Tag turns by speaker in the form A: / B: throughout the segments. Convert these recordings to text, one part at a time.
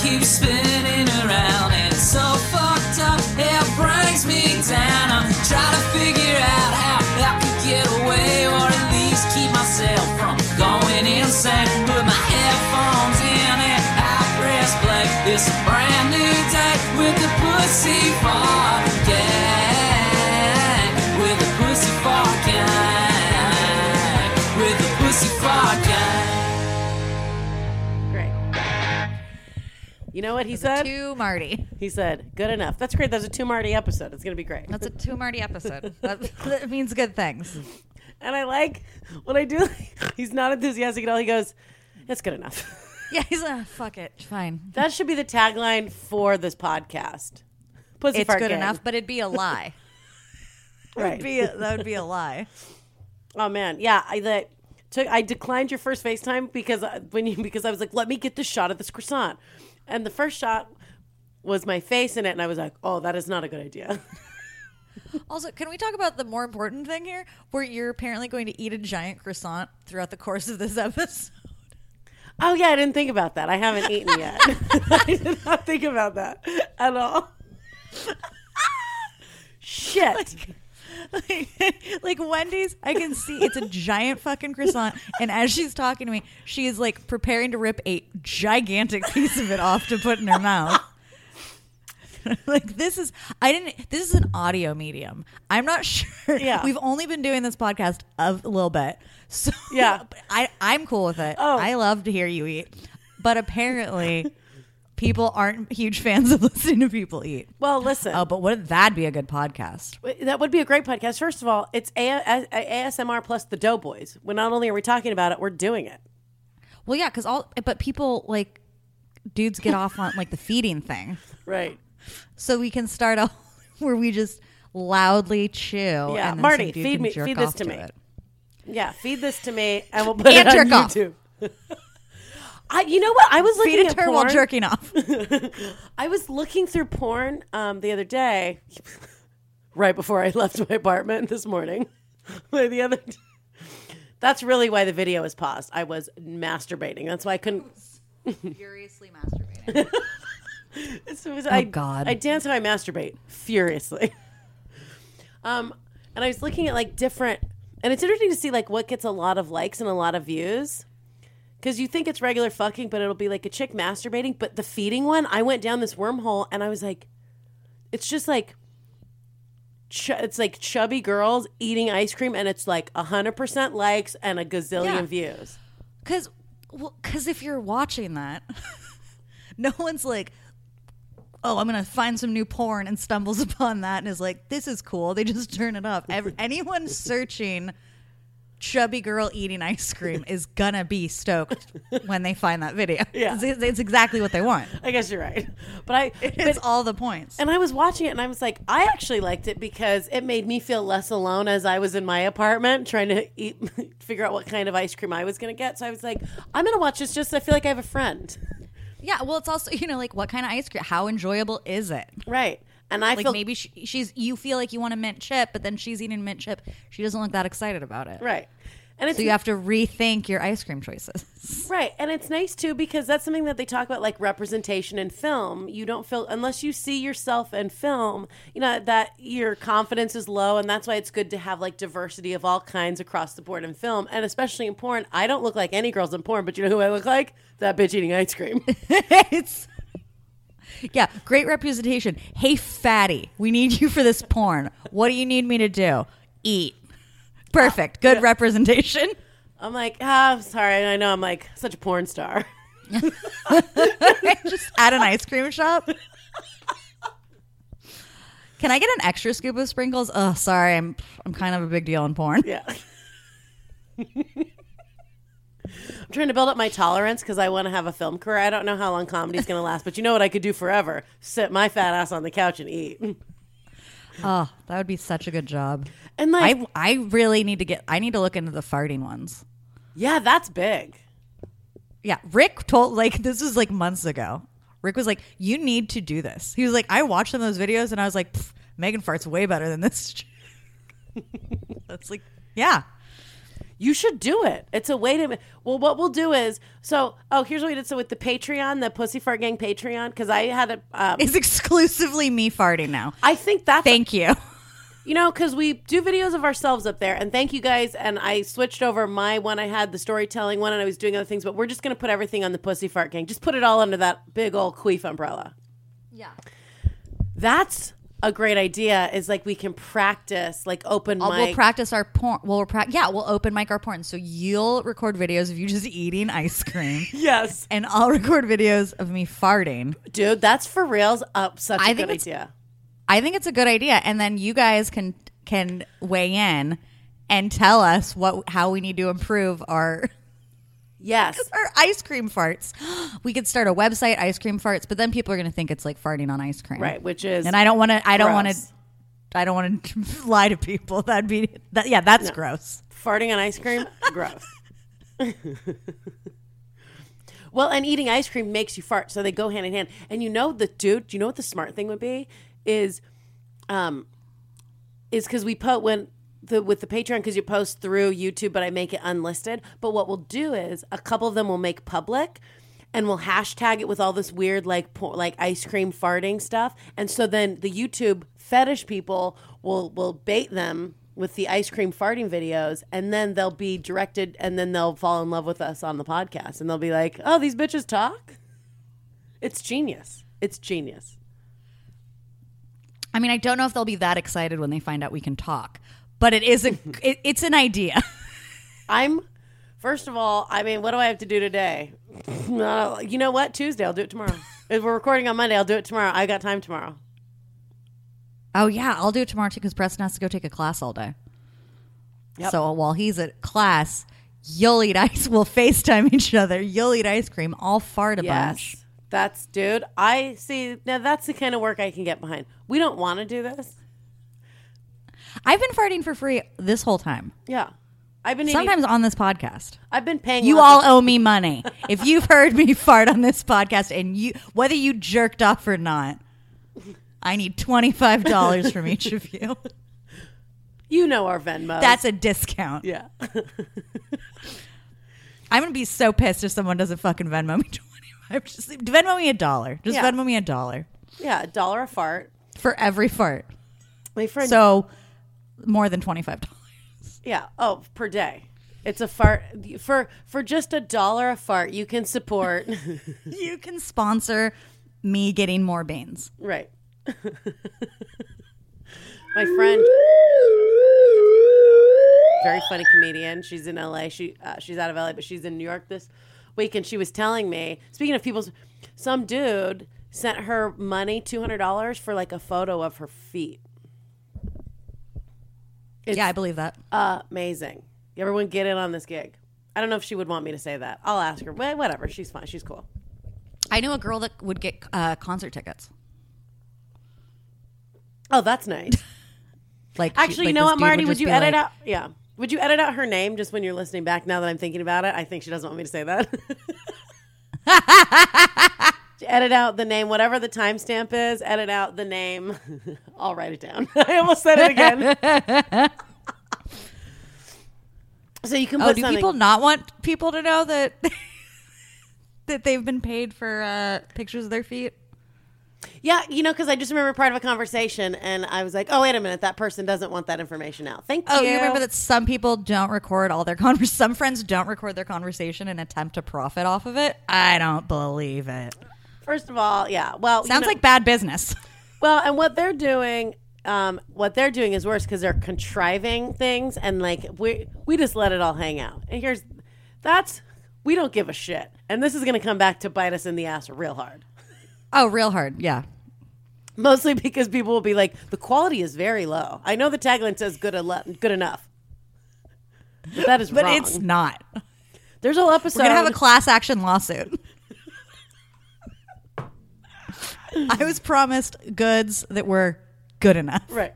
A: keeps spinning around and it's so fucked up it brings me down i'm trying to figure out how i could get away or at least keep myself from going insane put my headphones in and i press play it's a brand new day with the pussy fart gang with the pussy fart gang with the pussy fart gang
B: Great. You know what he
C: It's a
B: said?
C: two Marty.
B: he said, "Good enough." That's great. That's a two Marty episode. It's gonna be great.
C: That's a two Marty episode. That, that means good things.
B: and I like what I do. He's not enthusiastic at all. He goes, "That's good enough."
C: Yeah, he's like, "Ah, fuck it, fine.
B: That should be the tagline for this podcast. Pussy
C: It's
B: fart
C: good
B: gang.
C: enough, but it'd be a lie.
B: Right.
C: Be a- that would be a lie.
B: oh man, yeah. I that took. I declined your first FaceTime because I- when you because I was like, let me get the shot of this croissant, and the first shot was my face in it, and I was like, oh, that is not a good idea.
C: Also, can we talk about the more important thing here, where you're apparently going to eat a giant croissant throughout the course of this episode?
B: oh yeah, I didn't think about that. I haven't eaten yet. I did not think about that at all.
C: Oh
B: Shit.
C: like Wendy's, I can see it's a giant fucking croissant, and as she's talking to me, she is like preparing to rip a gigantic piece of it off to put in her mouth. like this is I didn't this is an audio medium. I'm not sure.
B: Yeah.
C: We've only been doing this podcast a little bit. So
B: Yeah.
C: but I I'm cool with it.
B: Oh.
C: I love to hear you eat. But apparently people aren't huge fans of listening to people eat.
B: well, listen.
C: Oh, but wouldn't that be a good podcast?
B: That would be a great podcast. First of all, it's a- A- A- ASMR plus the Doughboys. Well, not only are we talking about it, we're doing it.
C: Well, yeah, because all but people like dudes get off on like the feeding thing,
B: Right.
C: so we can start off where we just loudly chew.
B: Yeah,
C: and then
B: Marty,
C: some dude
B: feed
C: can
B: me-
C: jerk
B: feed this
C: off
B: to me.
C: it.
B: Yeah. Feed this to me, and we'll put it
C: And
B: on
C: jerk off.
B: YouTube. I, you know what? I was
C: Feed
B: looking
C: it
B: at
C: to her
B: porn.
C: while jerking off.
B: I was looking through porn um, the other day, right before I left my apartment this morning. the other, that's really why the video is paused. I was masturbating. That's why I couldn't.
C: Furiously masturbating.
B: It's- it was- I,
C: Oh, God.
B: I dance and I masturbate furiously. um, and I was looking at like different, and it's interesting to see like what gets a lot of likes and a lot of views. Because you think it's regular fucking, but it'll be like a chick masturbating. But the feeding one, I went down this wormhole and I was like, it's just like, ch- it's like chubby girls eating ice cream, and it's like hundred percent likes and a gazillion views.
C: Because, well, because if you're watching that, no one's like. Oh, I'm gonna find some new porn and stumbles upon that and is like, "This is cool." They just turn it up. Every, anyone searching chubby girl eating ice cream is gonna be stoked when they find that video.
B: Yeah.
C: it's, it's exactly what they want.
B: I guess you're right, but I
C: It's all the points.
B: And I was watching it and I was like, I actually liked it because it made me feel less alone as I was in my apartment trying to eat, figure out what kind of ice cream I was going to get. So I was like, I'm going to watch this just so I feel like I have a friend.
C: yeah, well, it's also you know like what kind of ice cream? How enjoyable is it?
B: Right. And I
C: Like
B: feel
C: maybe she, she's you feel like you want a mint chip, but then she's eating mint chip. She doesn't look that excited about it.
B: right. And it's
C: So you have to rethink your ice cream choices.
B: right. And it's nice too because that's something that they talk about like representation in film. You don't feel unless you see yourself in film, you know, that your confidence is low and that's why it's good to have like diversity of all kinds across the board in film and especially in porn. I don't look like any girls in porn, but you know who I look like? That bitch eating ice cream.
C: it's yeah, great representation. Hey, fatty, we need you for this porn. What do you need me to do? Eat. Perfect. Good representation.
B: I'm like, ah, I'm sorry. I know I'm like such a porn star.
C: Just at an ice cream shop. Can I get an extra scoop of sprinkles? Oh, sorry, I'm I'm kind of a big deal in porn.
B: Yeah. I'm trying to build up my tolerance because I want to have a film career. I don't know how long comedy's going to last, but you know what I could do forever? Sit my fat ass on the couch and eat.
C: Oh, that would be such a good job.
B: And like,
C: I I really need to get I need to look into the farting ones.
B: yeah, that's big.
C: Yeah, Rick told like this was like months ago. Rick was like, "You need to do this." He was like, "I watched some of those videos, and I was like, "Pff, Megan farts way better than this." chick." That's like, yeah,
B: You should do it. It's a way to. ma- Well, what we'll do is so. Oh, here's what we did. So with the Patreon, the Pussy Fart Gang Patreon, because I had a. Um,
C: It's exclusively me farting now.
B: I think that's
C: Thank you.
B: you know because we do videos of ourselves up there, and thank you guys. And I switched over my one. I had the storytelling one, and I was doing other things. But we're just gonna put everything on the Pussy Fart Gang. Just put it all under that big old queef umbrella.
C: Yeah.
B: That's a great idea. Is like we can practice like open
C: We'll
B: mic.
C: practice our porn. Well, we'll practice. Yeah, we'll open mic our porn. So you'll record videos of you just eating ice cream,
B: yes,
C: and I'll record videos of me farting.
B: dude, that's for reals. Up such a
C: I
B: good
C: think it's-
B: idea.
C: I think it's a good idea, and then you guys can can weigh in and tell us what how we need to improve our
B: Yes,
C: our ice cream farts. We could start a website, ice cream farts, but then people are going to think it's like farting on ice cream,
B: right. Which is
C: And I don't want to. I don't want to.
B: gross.
C: I don't want to lie to people. That'd be that. Yeah, that's gross.
B: farting on ice cream. Gross. well, and eating ice cream makes you fart, so they go hand in hand. And you know the dude. You know what the smart thing would be is, um, is because we put when. The, with the Patreon because you post through YouTube, but I make it unlisted. But what we'll do is a couple of them we'll make public, and we'll hashtag it with all this weird like por- like ice cream farting stuff. And so then the YouTube fetish people will will bait them with the ice cream farting videos, and then they'll be directed, and then they'll fall in love with us on the podcast, and they'll be like, "Oh, these bitches talk." It's genius. It's genius.
C: I mean, I don't know if they'll be that excited when they find out we can talk, but it is a. it, it's an idea.
B: I'm first of all, I mean, what do I have to do today? Uh, you know what? Tuesday, I'll do it tomorrow. if we're recording on Monday, I'll do it tomorrow. I got time tomorrow.
C: Oh yeah, I'll do it tomorrow too because Preston has to go take a class all day.
B: Yep.
C: So while he's at class, you'll eat ice. We'll Facetime each other. You'll eat ice cream. I'll fart a bunch.
B: Yes. That's dude. I see now that's the kind of work I can get behind. We don't want to do this.
C: I've been farting for free this whole time.
B: Yeah. I've been eating,
C: Sometimes on this podcast.
B: I've been paying
C: You all
B: lots
C: owe me money. If you've heard me fart on this podcast and you whether you jerked off or not, I need $25 from each of you.
B: of- you know our Venmo.
C: That's a discount.
B: yeah.
C: I'm going to be so pissed if someone doesn't fucking Venmo me 25. Just Venmo me a dollar. Just
B: Yeah.
C: Venmo me a dollar
B: yeah, a dollar a fart.
C: for every fart.
B: My friend
C: So more than $25.
B: Yeah. Oh, per day. It's a fart for for just a dollar a fart. You can support
C: You can sponsor me getting more beans.
B: Right. My friend, very funny comedian. She's in LA. She uh, she's out of LA, but she's in New York this week, and she was telling me. Speaking of people's, some dude sent her money two hundred dollars for like a photo of her feet. It's
C: yeah, I believe that.
B: amazing. Everyone get in on this gig. I don't know if she would want me to say that. I'll ask her. Wha- Whatever. She's fine. She's cool.
C: I knew a girl that would get uh, concert tickets.
B: Oh, that's nice.
C: Like she-
B: Actually, you
C: like
B: know what,
C: this dude
B: Marty? Would,
C: just
B: you
C: be
B: edit
C: like-
B: out? Yeah. Would you edit out her name just when you're listening back? Now that I'm thinking about it, I think she doesn't want me to say that. edit out the name, whatever the timestamp is. Edit out the name. I'll write it down. I almost said it again. so you can
C: Oh,
B: put
C: do
B: something.
C: people not want people to know that that they've been paid for uh, pictures of their feet?
B: yeah, you know, because I just remember part of a conversation, and I was like, "Oh, wait a minute, that person doesn't want that information out." Thank
C: Oh,
B: you.
C: you remember that some people don't record all their convers. Some friends don't record their conversation and attempt to profit off of it. I don't believe it.
B: First of all, yeah. Well, you
C: Sounds
B: know-
C: like bad business.
B: Well, and what they're doing, um, what they're doing is worse because they're contriving things, and like we we just let it all hang out. And here's that's we don't give a shit, and this is going to come back to bite us in the ass real hard.
C: Oh, real hard. Yeah.
B: Mostly because people will be like, the quality is very low. I know the tagline says good, ele- good enough, but that is
C: But
B: wrong.
C: it's not. We're
B: There's a whole episode.
C: going to have a class action lawsuit. I was promised goods that were good enough.
B: right.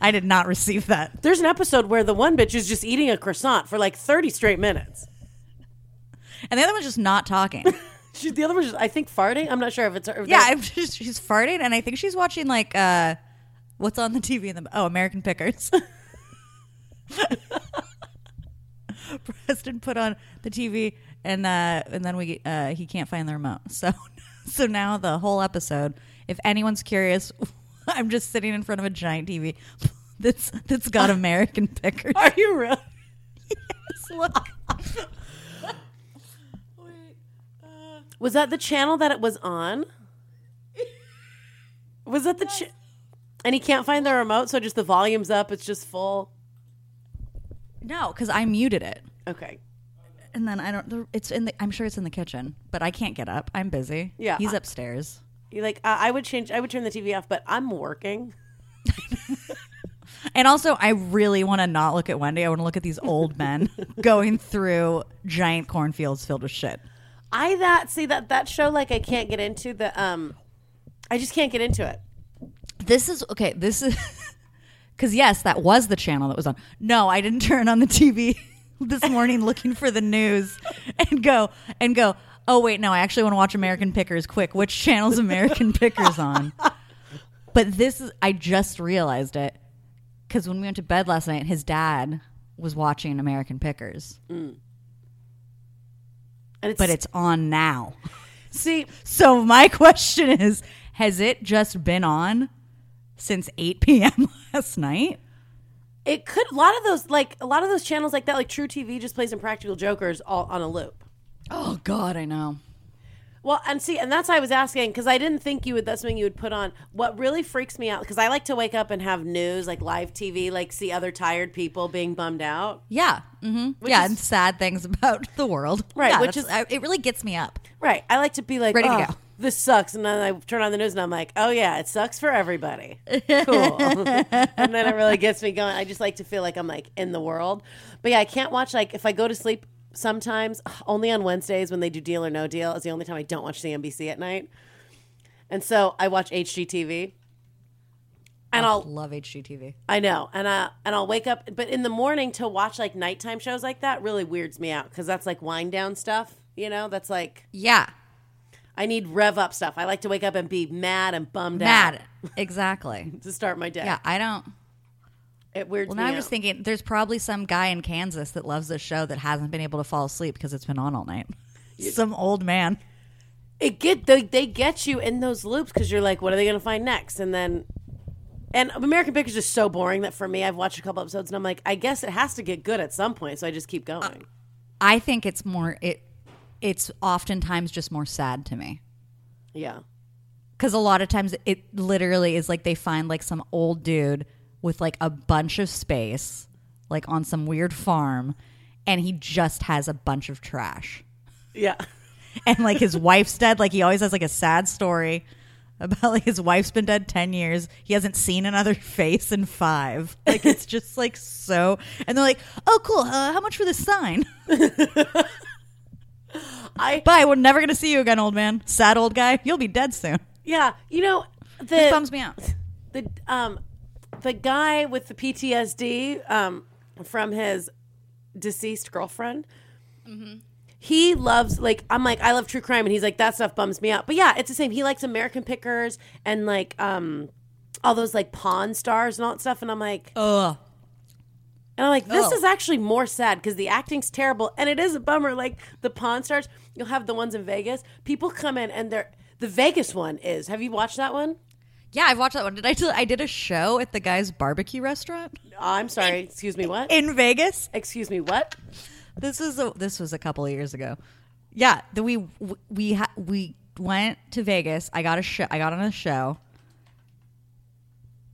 C: I did not receive that.
B: There's an episode where the one bitch is just eating a croissant for like 30 straight minutes.
C: And the other one's just not talking.
B: She, the other was, just, I think, farting. I'm not sure if it's. If
C: yeah, I'm just, she's farting, and I think she's watching like uh, what's on the TV in the oh American Pickers. Preston put on the TV, and uh, and then we uh, he can't find the remote. So so now the whole episode. If anyone's curious, I'm just sitting in front of a giant TV that's that's got American Pickers.
B: Are you real?
C: Look,
B: Was that the channel that it was on? Was that the cha- And he can't find the remote, so just the volume's up. It's just full.
C: no, because I muted it,
B: Okay.
C: and then I don't. It's in the. I'm sure it's in the kitchen, but I can't get up. I'm busy.
B: Yeah.
C: he's upstairs.
B: You like? I I would change. I would turn the TV off, but I'm working.
C: And also, I really want to not look at Wendy. I want to look at these old men going through giant cornfields filled with shit.
B: I that see that that show like I can't get into the um, I just can't get into it.
C: This is okay. This is because yes, that was the channel that was on. No, I didn't turn on the TV this morning looking for the news and go and go. Oh wait, no, I actually want to watch American Pickers. Quick, which channel's American Pickers on? But this is I just realized it because when we went to bed last night, his dad was watching American Pickers,
B: And it's
C: but it's on now.
B: see
C: So my question is, has it just been on since 8 p.m. last night?
B: it could a lot of those like a lot of those channels like that like True TV just plays Impractical Jokers all on a loop.
C: Oh God, I know.
B: Well, and see, and that's why I was asking because I didn't think you would. That's something you would put on. What really freaks me out because I like to wake up and have news, like live TV, like see other tired people being bummed out.
C: Yeah, hmm yeah, and sad things about the world.
B: Right,
C: Yeah,
B: which
C: that's-
B: is-
C: I, it really gets me up.
B: Right. I like to be like,
C: Ready to
B: "Oh,
C: go."
B: This sucks, and then I turn on the news and I'm like, oh yeah, it sucks for everybody. Cool. and then it really gets me going. I just like to feel like I'm like in the world. But yeah, I can't watch like if I go to sleep. Sometimes only on Wednesdays when they do Deal or No Deal is the only time I don't watch CNBC at night, and so I watch HGTV. And
C: I
B: I'll
C: Oh, love HGTV.
B: I know, and I and I'll wake up, but in the morning to watch like nighttime shows like that really weirds me out because that's like wind down stuff. You know, that's like
C: Yeah,
B: I need rev up stuff. I like to wake up and be mad and bummed
C: mad.
B: out
C: Exactly.
B: to start my day.
C: Yeah, I don't.
B: it weirds
C: Well,
B: me
C: now I'm
B: out.
C: just thinking. There's probably some guy in Kansas that loves this show that hasn't been able to fall asleep because it's been on all night. Some old man.
B: it get they, they get you in those loops because you're like, what are they going to find next? And then, and American Pickers is so boring that for me, I've watched a couple episodes and I'm like, I guess it has to get good at some point, so I just keep going.
C: Uh, I think it's more. It. It's oftentimes just more sad to me.
B: yeah,
C: because a lot of times it literally is like they find like some old dude with like a bunch of space like on some weird farm and he just has a bunch of trash
B: yeah.
C: and like his wife's dead like he always has like a sad story about like his wife's been dead 10 years he hasn't seen another face in five like it's just like so and they're like oh cool uh, how much for this sign
B: I
C: bye we're never gonna see you again old man sad old guy you'll be dead soon
B: yeah. You know
C: it
B: the
C: bums me out
B: the um the guy with the PTSD um from his deceased girlfriend. He loves like I'm like I love true crime and he's like that stuff bums me out. But yeah, it's the same. He likes American Pickers and like um all those like Pawn Stars and all that stuff and I'm like
C: ugh
B: and I'm like, this
C: Oh.
B: is actually more sad because the acting's terrible, and it is a bummer. Like the Pawn Stars, you'll have the ones in Vegas. People come in, and they're the Vegas one is. Have you watched that one?
C: Yeah, I've watched that one. Did I tell I did a show at the guy's barbecue restaurant
B: I'm sorry. Excuse me. What?
C: in Vegas?
B: Excuse me. What?
C: This is a, this was a couple of years ago. Yeah, the, we we ha, we went to Vegas. I got a show. I got on a show.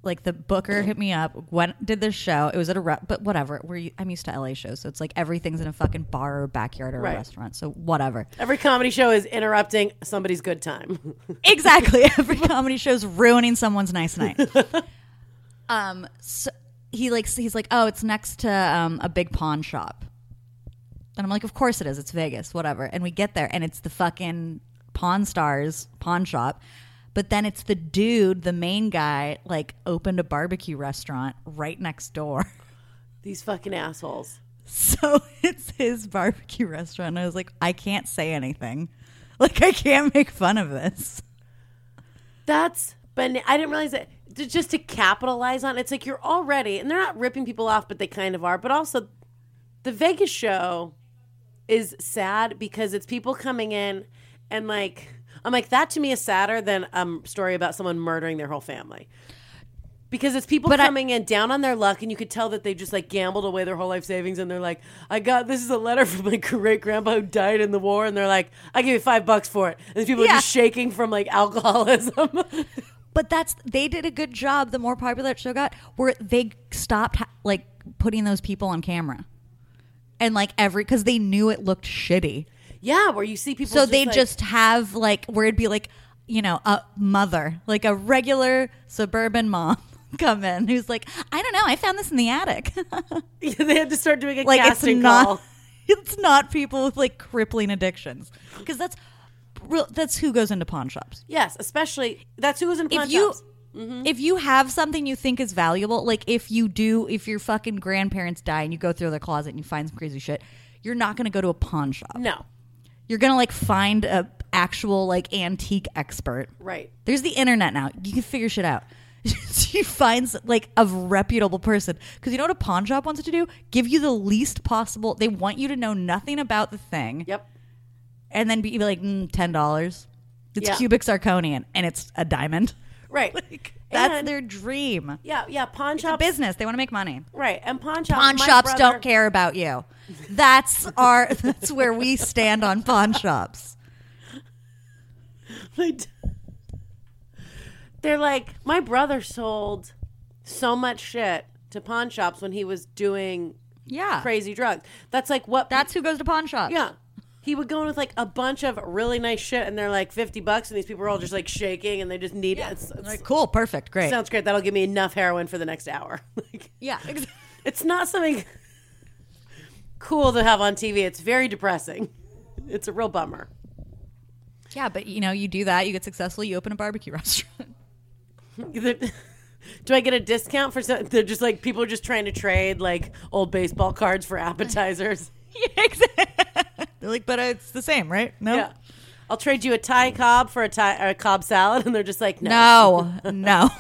C: Like the booker hit me up. Went did this show. It was at a re- but whatever. We're, I'm used to LA shows, so it's like everything's in a fucking bar or backyard or
B: Right.
C: a restaurant. So whatever.
B: Every comedy show is interrupting somebody's good time.
C: exactly. Every comedy show's ruining someone's nice night. um, so he like he's like, oh, it's next to um, a big pawn shop, and I'm like, of course it is. It's Vegas, whatever. And we get there, and it's the fucking Pawn Stars pawn shop. But then it's the dude, the main guy, like opened a barbecue restaurant right next door.
B: These fucking assholes.
C: So it's his barbecue restaurant. And I was like, I can't say anything. Like, I can't make fun of this.
B: That's but I didn't realize that to- just to capitalize on it's like you're already and they're not ripping people off, but they kind of are. But also the Vegas show is sad because it's people coming in and like I'm like that to me is sadder than a um, story about someone murdering their whole family. Because it's people
C: But I-
B: coming in down on their luck, and you could tell that they just like gambled away their whole life savings, and they're like, "I got this is a letter from my great grandpa who died in the war," and they're like, "I give you five bucks for it." And these people
C: Yeah.
B: are just shaking from like alcoholism.
C: But that's they did a good job. The more popular that show got, where they stopped ha- like putting those people on camera, and like every because they knew it looked shitty,
B: yeah, where you see people.
C: so they
B: like-
C: just have like where it'd be like you know a mother, like a regular suburban mom. Come in, who's like, I don't know, I found this in the attic.
B: they had to start doing a
C: like it's
B: casting
C: not,
B: call.
C: it's not people with like crippling addictions, because that's real. That's who goes into pawn shops.
B: Yes, especially that's who was in pawn
C: if you
B: shops.
C: if you have something you think is valuable, like if you do, if your fucking grandparents die and you go through their closet and you find some crazy shit, you're not going to go to a pawn shop.
B: No,
C: You're going to like find a actual like antique expert.
B: right.
C: There's the internet now. You can figure shit out. so you find s- like a reputable person because you know what a pawn shop wants to do? Give you the least possible. They want you to know nothing about the thing,
B: Yep.
C: and then be, be like mm, ten dollars. It's
B: Yeah.
C: cubic zirconian, and it's a diamond.
B: Right.
C: That's
B: And-
C: their dream.
B: yeah, yeah. Pawn shops.
C: Business. They want to make money.
B: Right. And pawn shops.
C: Pawn
B: my
C: shops
B: brother-
C: don't care about you. That's our. That's where we stand on pawn shops.
B: They d- They're like, my brother sold so much shit to pawn shops when he was doing
C: Yeah,
B: crazy drugs. That's like what.
C: that's who goes to pawn shops.
B: yeah. He would go in with like a bunch of really nice shit, and they're like fifty bucks, and these people are all just like shaking, and they just need it. It's- it's-
C: Like, cool, perfect, great.
B: Sounds great. That'll give me enough heroin for the next hour. like,
C: yeah, ex-
B: it's not something cool to have on TV. It's very depressing. It's a real bummer.
C: yeah. But you know, you do that, you get successful, you open a barbecue restaurant.
B: Do I get a discount for some? They're just like people are just trying to trade like old baseball cards for appetizers.
C: yeah, exactly. They're like, but it's the same, right? No,
B: Yeah, I'll trade you a Thai cob for a Thai or a cob salad, and they're just like, no.
C: no, no.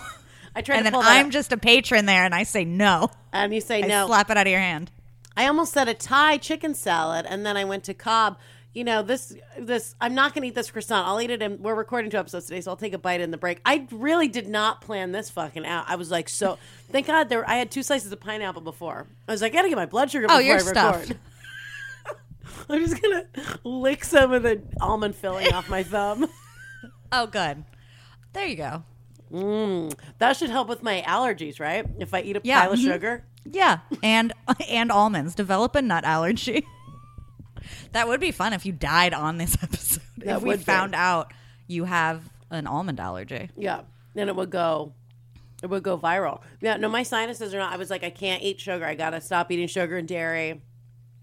B: I tried to
C: and then
B: pull that
C: I'm
B: up,
C: just a patron there, and I say no.
B: and you say
C: I
B: no.
C: slap it out of your hand.
B: I almost said a Thai chicken salad, and then I went to Cobb. You know this. This I'm not going to eat this croissant. I'll eat it, and we're recording two episodes today, so I'll take a bite in the break. I really did not plan this fucking out. I was like, so thank God there. I had two slices of pineapple before. I was like, I got to get my blood sugar.
C: Oh,
B: before
C: you're
B: I
C: stuffed.
B: record. I'm just gonna lick some of the almond filling off my thumb.
C: Oh, good. There you go.
B: That should help with my allergies, right? If I eat a
C: Yeah,
B: pile of
C: mhm.
B: sugar.
C: Yeah, and and almonds develop a nut allergy. that would be fun if you died on this episode.
B: That
C: if we
B: would be.
C: found out you have an almond allergy.
B: Yeah. Then it would go it would go viral. Yeah, no, my sinuses are not I was like, I can't eat sugar. I gotta stop eating sugar and dairy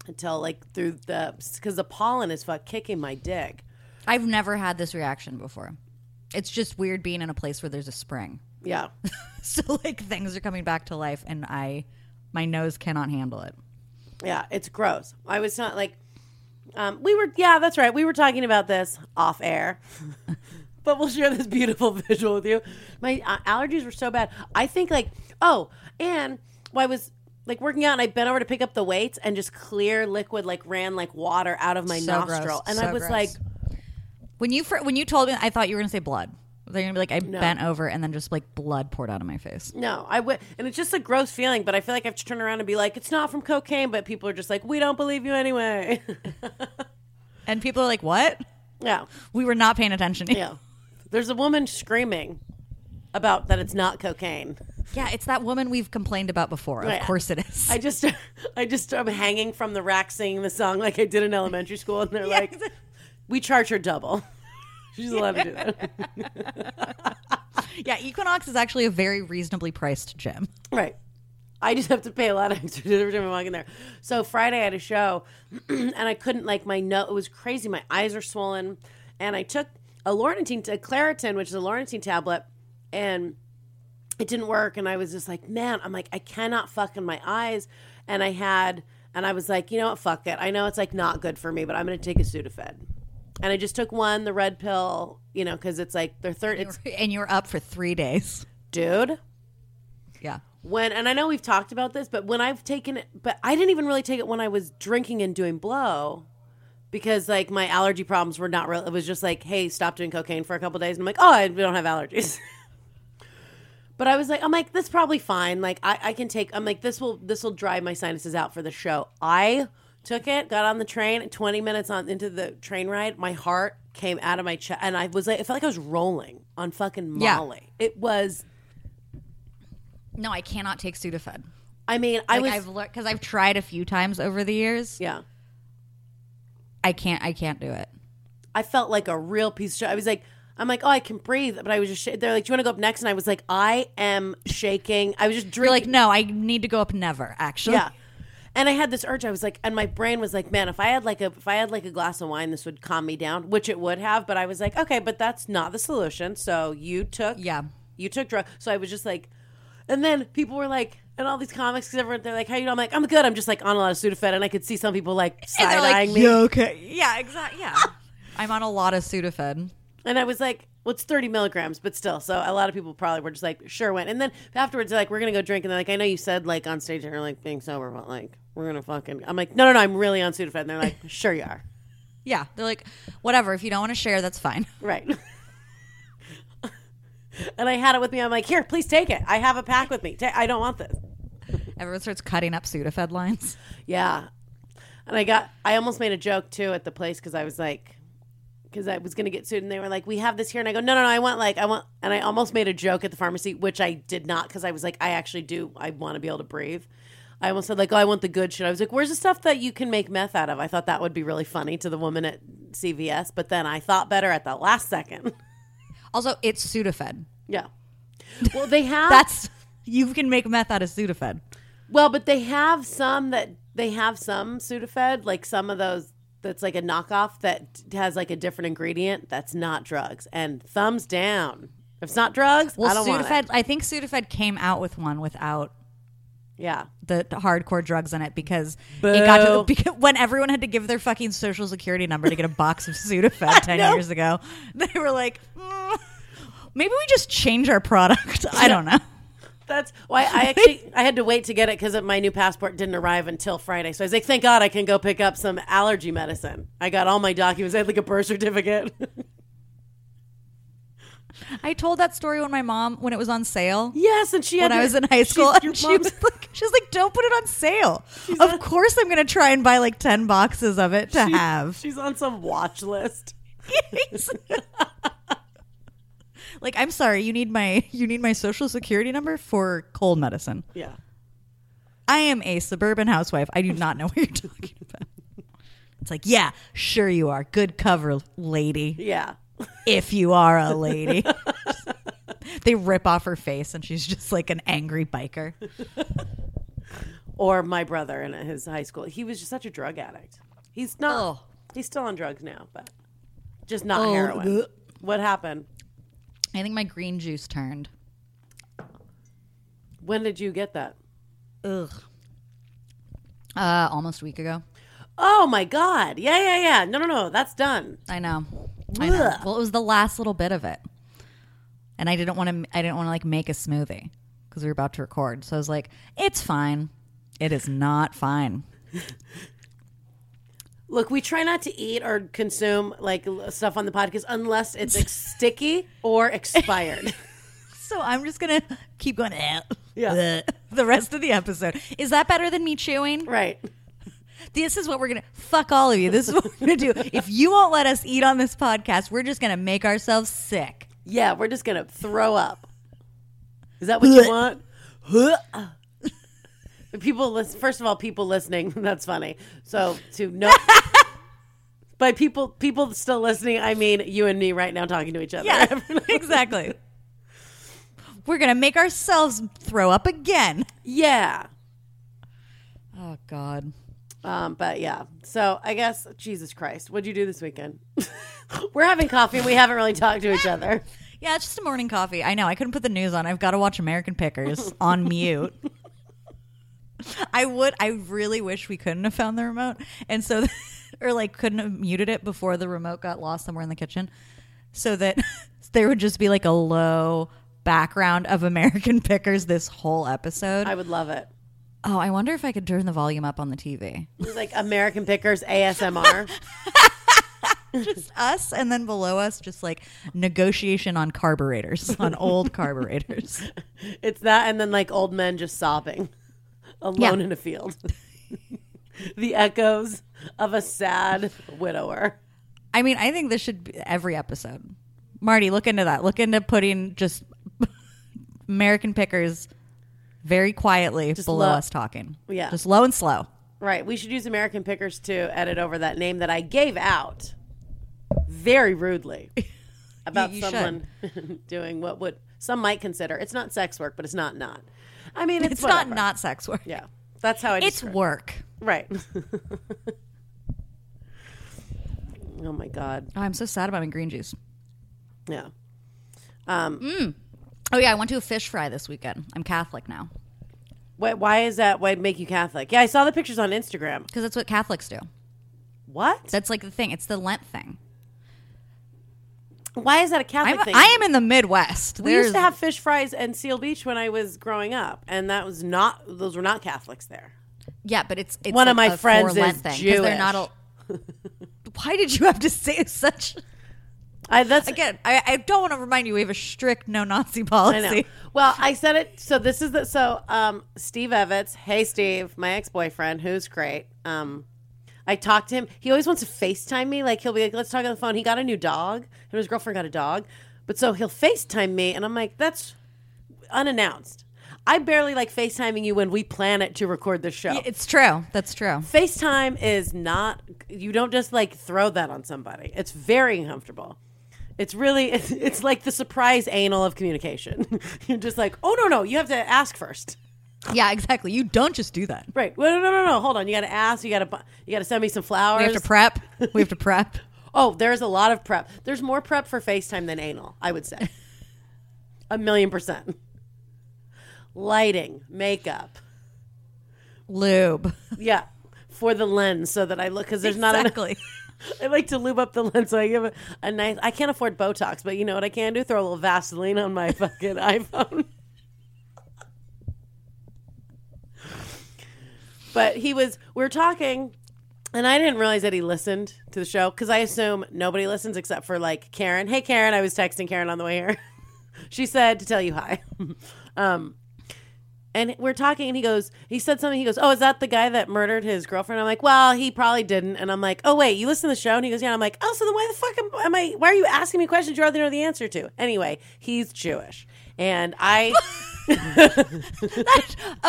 B: until like through the because the pollen is fuck kicking my dick.
C: I've never had this reaction before. It's just weird being in a place where there's a spring.
B: Yeah.
C: So like things are coming back to life and I my nose cannot handle it.
B: Yeah, it's gross. I was not like um we were yeah, that's right. We were talking about this off air. but we'll share this beautiful visual with you. My uh, allergies were so bad. I think like oh, and well, I was like working out and I bent over to pick up the weights and just clear liquid like ran like water out of my
C: So gross.
B: nostril and
C: So
B: I was
C: gross.
B: like
C: When you fir- when you told me I thought you were going to say blood. They're going to be like I
B: No.
C: bent over and then just like blood poured out of my face.
B: no, I would, and it's just a gross feeling. But I feel like I have to turn around and be like, "It's not from cocaine," but people are just like, "We don't believe you anyway."
C: And people are like, "What?
B: yeah,
C: We were not paying attention."
B: yeah. There's a woman screaming about that it's not cocaine.
C: Yeah, it's that woman we've complained about before. Of
B: Right.
C: course it is.
B: I just, I just, I'm hanging from the rack singing the song like I did in elementary school, and they're like, "We charge her double." She's allowed to do that,
C: yeah, Equinox is actually a very reasonably priced gym.
B: right? I just have to pay a lot of extra every time I walk in there. So Friday I had a show, and I couldn't like my no. It was crazy. My eyes are swollen, and I took a Laurentin, a Claritin, which is a Laurentin tablet, and it didn't work and i was just like man i'm like i cannot fuck in my eyes and i had and i was like you know what fuck it i know it's like not good for me but i'm gonna take a sudafed and i just took one the red pill you know because it's like they're third it's
C: And you're up for three days.
B: dude
C: Yeah.
B: when and I know we've talked about this, but when I've taken it, but I didn't even really take it when I was drinking and doing blow because like my allergy problems were not real. It was just like, hey, stop doing cocaine for a couple days, and I'm like, oh, I don't have allergies. but I was like, I'm like, this probably fine. Like I, I can take. I'm like, this will this will dry my sinuses out for the show. I took it, got on the train. Twenty minutes on into the train ride, my heart came out of my chest, and I was like, it felt like I was rolling on fucking
C: Yeah.
B: Molly. It was.
C: No, I cannot take Sudafed.
B: I mean, I
C: Like
B: was.
C: I've learned because I've tried a few times over the years.
B: yeah.
C: I can't. I can't do it.
B: I felt like a real piece of shit. I was like, I'm like, oh, I can breathe, but I was just. Sh- they're like, do you want to go up next? And I was like, I am shaking. I was just
C: You're
B: drinking.
C: like, no, I need to go up never. Actually,
B: yeah. And I had this urge. I was like, and my brain was like, man, if I had like a if I had like a glass of wine, this would calm me down, which it would have. But I was like, okay, but that's not the solution. So you took,
C: Yeah.
B: you took drug. So I was just like, and then people were like, and all these comics, because everyone they're like, how you doing? I'm like, I'm good. I'm just like on a lot of Sudafed, and I could see some people like
C: And
B: side
C: they're like,
B: eyeing me.
C: "You okay. Yeah, exactly. Yeah, I'm on a lot of Sudafed.
B: And I was like, well, it's 30 milligrams, but still. So a lot of people probably were just like, sure, went. And then afterwards, they're like, we're going to go drink. And they're like, I know you said, like, on stage, you're like being sober, but like, we're going to fucking. I'm like, no, no, no, I'm really on Sudafed. And they're like, sure, you are.
C: Yeah, they're like, whatever. If you don't want to share, that's fine.
B: Right. and I had it with me. I'm like, here, please take it. I have a pack with me. Ta- I don't want this.
C: Everyone starts cutting up Sudafed lines.
B: Yeah. And I got, I almost made a joke too at the place because I was like, because I was going to get sued. And they were like, we have this here. And I go, no, no, no, I want like, I want, and I almost made a joke at the pharmacy, which I did not because I was like, I actually do, I want to be able to breathe. I almost said, like, oh, I want the good shit. I was like, where's the stuff that you can make meth out of? I thought that would be really funny to the woman at CVS. But then I thought better at the last second.
C: Also, it's Sudafed.
B: yeah. Well, they have.
C: That's you can make meth out of Sudafed.
B: Well, but they have some that they have some Sudafed, like some of those that's like a knockoff that has like a different ingredient that's not drugs. And thumbs down. If it's not drugs,
C: Well,
B: I don't want
C: Sudafed.
B: it.
C: I think Sudafed came out with one without
B: Yeah.
C: the the hardcore drugs in it because it got to the,
B: Boo.
C: because when everyone had to give their fucking social security number to get a box of Sudafed ten
B: know.
C: years ago, they were like, "Mm, maybe we just change our product. I don't know.
B: That's why I actually I had to wait to get it because my new passport didn't arrive until Friday. So I was like, thank God I can go pick up some allergy medicine. I got all my documents. I had like a birth certificate.
C: I told that story when my mom when it was on sale.
B: yes, and she had
C: When I
B: your-
C: was in high
B: she's-
C: school,
B: your
C: and she
B: mom's-
C: was like, "She was like, don't put it on sale. Of course, I'm going to try and buy like ten boxes of it to have.
B: she's on some watch list.
C: like, I'm sorry, you need my you need my social security number for cold medicine.
B: Yeah.
C: I am a suburban housewife. I do not know what you're talking about. It's like, yeah, sure you are. Good cover, lady.
B: Yeah.
C: If you are a lady. they rip off her face and she's just like an angry biker.
B: or my brother in his high school. He was just such a drug addict. He's not.
C: Oh.
B: He's still on drugs now, but just not
C: Oh,
B: heroin.
C: ugh.
B: What happened?
C: I think my green juice turned.
B: When did you get that?
C: Ugh. Uh, almost a week ago.
B: Oh my god! Yeah, yeah, yeah. No, no, no. That's done.
C: I know. I know.
B: Ugh.
C: Well, it was the last little bit of it, and I didn't want to. I didn't want to like make a smoothie because we were about to record. So I was like, "It's fine. It is not fine."
B: Look, we try not to eat or consume like l- stuff on the podcast unless it's ex- sticky or expired.
C: So I'm just gonna keep going. "Eh,
B: Yeah.
C: eh," The rest of the episode is that better than me chewing?
B: right.
C: This is what we're gonna fuck all of you. This is what we're gonna do. If you won't let us eat on this podcast, we're just gonna make ourselves sick.
B: Yeah, we're just gonna throw up. Is that what you want? Huh. people listen. First of all, people listening. That's funny. So to no. By people, people still listening. I mean, you and me right now talking to each other.
C: Yeah, exactly. We're gonna make ourselves throw up again.
B: yeah.
C: Oh God.
B: Um, but yeah. So I guess Jesus Christ, what'd you do this weekend? we're having coffee. and We haven't really talked to each other.
C: Yeah, it's just a morning coffee. I know. I couldn't put the news on. I've got to watch American Pickers on mute. I would. I really wish we couldn't have found the remote, and so, or like couldn't have muted it before the remote got lost somewhere in the kitchen, so that there would just be like a low background of American Pickers this whole episode.
B: I would love it.
C: oh, I wonder if I could turn the volume up on the TV.
B: It's like American Pickers ASMR.
C: Just us, and then below us, just like negotiation on carburetors, on old carburetors.
B: it's that, and then like old men just sobbing alone
C: Yeah.
B: in a field. the echoes of a sad widower.
C: I mean, I think this should be every episode. Marty, look into that. Look into putting just American Pickers very quietly below
B: low.
C: us talking.
B: Yeah.
C: Just low and slow.
B: Right. We should use American Pickers to edit over that name that I gave out very rudely about
C: you should.
B: someone doing what would some might consider it's not sex work, but it's not not. I mean, it's,
C: It's, not
B: whatever.
C: not sex work.
B: Yeah, that's how I.
C: It's
B: describe-
C: work.
B: right. oh my god.
C: Oh, I'm so sad about my green juice.
B: Yeah.
C: Oh yeah, I went to a fish fry this weekend. I'm Catholic now
B: Why, why is that? Why make you Catholic? Yeah, I saw the pictures on Instagram.
C: because that's what Catholics do.
B: What?
C: That's like the thing. It's the Lent thing.
B: Why is that a Catholic
C: I'm,
B: thing?
C: I am in the Midwest.
B: We used to have fish fries and Seal Beach when I was growing up, and that was not; those were not Catholics there.
C: yeah, but it's, it's
B: One of
C: like
B: my
C: a
B: friends
C: for Lent
B: is
C: thing, 'cause They're not.
B: Jewish.
C: a- Why did you have to say such?
B: I that's
C: Again, I, I don't want to remind you we have a strict no-Nazi
B: I know.
C: policy.
B: Well, I said it. So this is the so um, Steve Evans. Hey, Steve, my ex boyfriend, who's great. Um, I talked to him. He always wants to FaceTime me. Like he'll be like, "Let's talk on the phone." He got a new dog, and his girlfriend got a dog, but so he'll FaceTime me, and I'm like, "That's unannounced." I barely like FaceTiming you when we plan it to record the show.
C: It's true. That's true.
B: FaceTime is not you don't just like throw that on somebody. It's very uncomfortable. It's really it's, it's like the surprise anal of communication. You're just like, "Oh no, no, you have to ask first.
C: Yeah, exactly. You don't just do that.
B: Right. Well, no, no, no, no. Hold on. You got to ask. You got to bu- you got to send me some
C: We
B: flowers.
C: have to prep. We have to prep.
B: oh, there's a lot of prep. There's more prep for FaceTime than anal, I would say. a million percent. Lighting, makeup.
C: Lube.
B: Yeah. For the lens so that I look cuz there's not enough
C: exactly.
B: I like to lube up the lens. So I give it a nice. I can't afford Botox, but you know what I can do? Throw a little Vaseline on my fucking iPhone. but he was. We were talking, and I didn't realize that he listened to the show because I assume nobody listens except for like Karen. Hey, Karen. I was texting Karen on the way here. she said to tell you hi. um. And we're talking, and he goes, he said something. He goes, Oh, is that the guy that murdered his girlfriend? I'm like, Well, he probably didn't. And I'm like, Oh, wait, you listen to the show? And he goes, Yeah. I'm like, Oh, so then why the fuck am, am I, why are you asking me questions you already know the answer to? Anyway, he's Jewish. And I,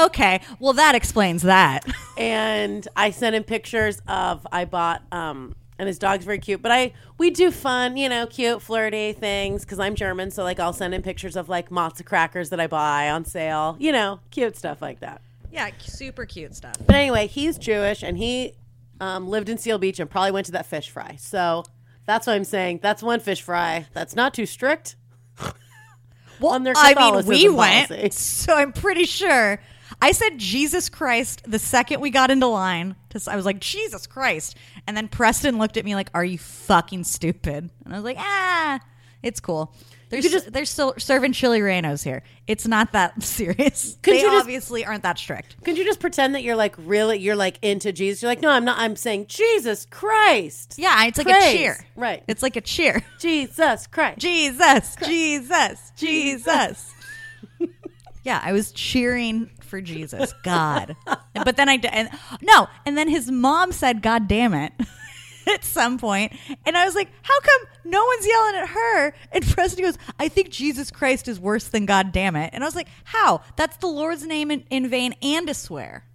C: Okay. Well, that explains that.
B: and I sent him pictures of, I bought, um, and his dog's very cute, but I, we do fun, you know, cute, flirty things because I'm German. So like I'll send him pictures of like matzo crackers that I buy on sale, you know, cute stuff like that.
C: Yeah, super cute stuff.
B: But anyway, he's Jewish and he um, lived in Seal Beach and probably went to that fish fry. So that's what I'm saying. That's one fish fry. That's not too strict.
C: Well,
B: on their
C: I mean, we
B: Catholicism
C: went,
B: policy.
C: so I'm pretty sure. I said Jesus Christ the second we got into line. 'cause I was like Jesus Christ, and then Preston looked at me like, "Are you fucking stupid?" And I was like, "Ah, it's cool. They're
B: could
C: s-
B: just-
C: they're still serving chili rellenos here. It's not that serious.
B: Couldn't
C: they
B: you just-
C: obviously aren't that strict."
B: Could you just pretend that you're like really, you're like into Jesus? You're like, no, I'm not. I'm saying Jesus Christ.
C: Yeah, it's like a
B: Praise.
C: cheer.
B: Right.
C: It's like a cheer.
B: Jesus Christ.
C: Jesus, Jesus, Jesus. yeah, I was cheering for Jesus, God. but then I d- and, no, and then his mom said, "God damn it." At some point, and I was like, "How come no one's yelling at her?" And Preston goes, "I think Jesus Christ is worse than God damn it." And I was like, "How? That's the Lord's name in, in vain and a swear,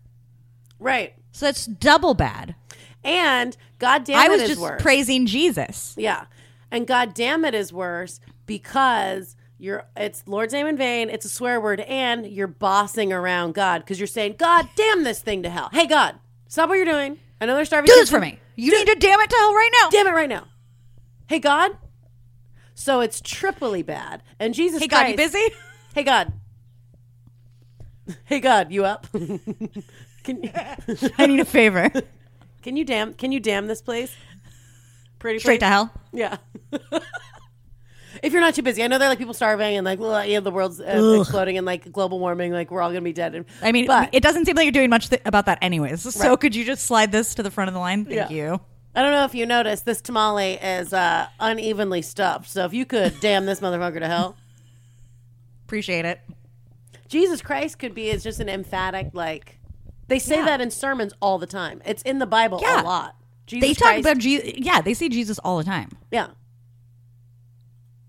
B: right.
C: so that's double bad."
B: And God damn
C: I
B: it
C: was
B: is
C: just
B: worse.
C: praising Jesus.
B: Yeah. And God damn it is worse because you're it's Lord's name in vain, it's a swear word, and you're bossing around God because you're saying, God damn this thing to hell. Hey God, stop what you're doing. I know they're starving.
C: Do this for
B: kids.
C: me. You need to damn it to hell right now.
B: Damn it right now. Hey God. So it's triply bad. And Jesus
C: hey, God, you
B: Christ-
C: busy?
B: Hey God. Hey God, you up? can you
C: I need a favor.
B: can you damn can you damn this place? Pretty
C: Straight to hell.
B: Yeah. If you're not too busy, I know they're like people starving and like well, yeah, the world's uh, exploding and like global warming, like we're all gonna be dead. And,
C: I mean,
B: but
C: it doesn't seem like you're doing much th- about that, anyways. So
B: Right.
C: could you just slide this to the front of the line? Thank
B: Yeah.
C: you.
B: I don't know if you noticed this tamale is uh, unevenly stuffed. So if you could damn this motherfucker to hell,
C: Appreciate it.
B: Jesus Christ could be is just an emphatic like. They say
C: Yeah.
B: that in sermons all the time. It's in the Bible
C: Yeah.
B: a lot. Jesus
C: They talk
B: Christ-
C: about Jesus. Yeah, they see Jesus all the time.
B: yeah.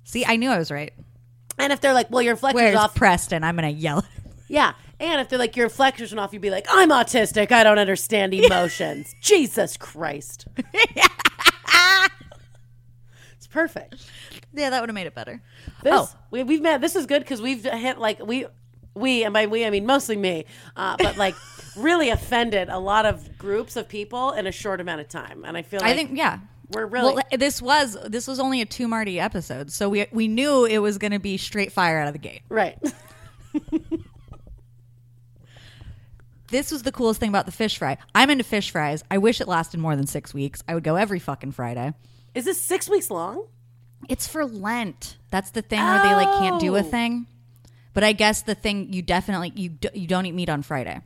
C: See, I knew I was right.
B: And if they're like, well, your inflection's
C: Where's
B: off,
C: Preston? I'm gonna yell.
B: yeah. And if they're like, your inflection's off, you'd be like, I'm autistic. I don't understand emotions. Jesus Christ. it's perfect.
C: Yeah, that would have made it better.
B: This,
C: Oh.
B: we, we've met. This is good because we've hit like we, we, and by we I mean mostly me, uh, but like really offended a lot of groups of people in a short amount of time. And I feel like
C: I think yeah.
B: we're really
C: Well, uh, this was this was only a two Marty episode, so we we knew it was gonna be straight fire out of the gate.
B: right.
C: This was the coolest thing about the fish fry. I'm into fish fries. I wish it lasted more than six weeks. I would go every fucking Friday.
B: Is this six weeks long?
C: It's for Lent. That's the thing where they like can't do a
B: Oh.
C: thing. But I guess the thing you definitely you d- you don't eat meat on Friday.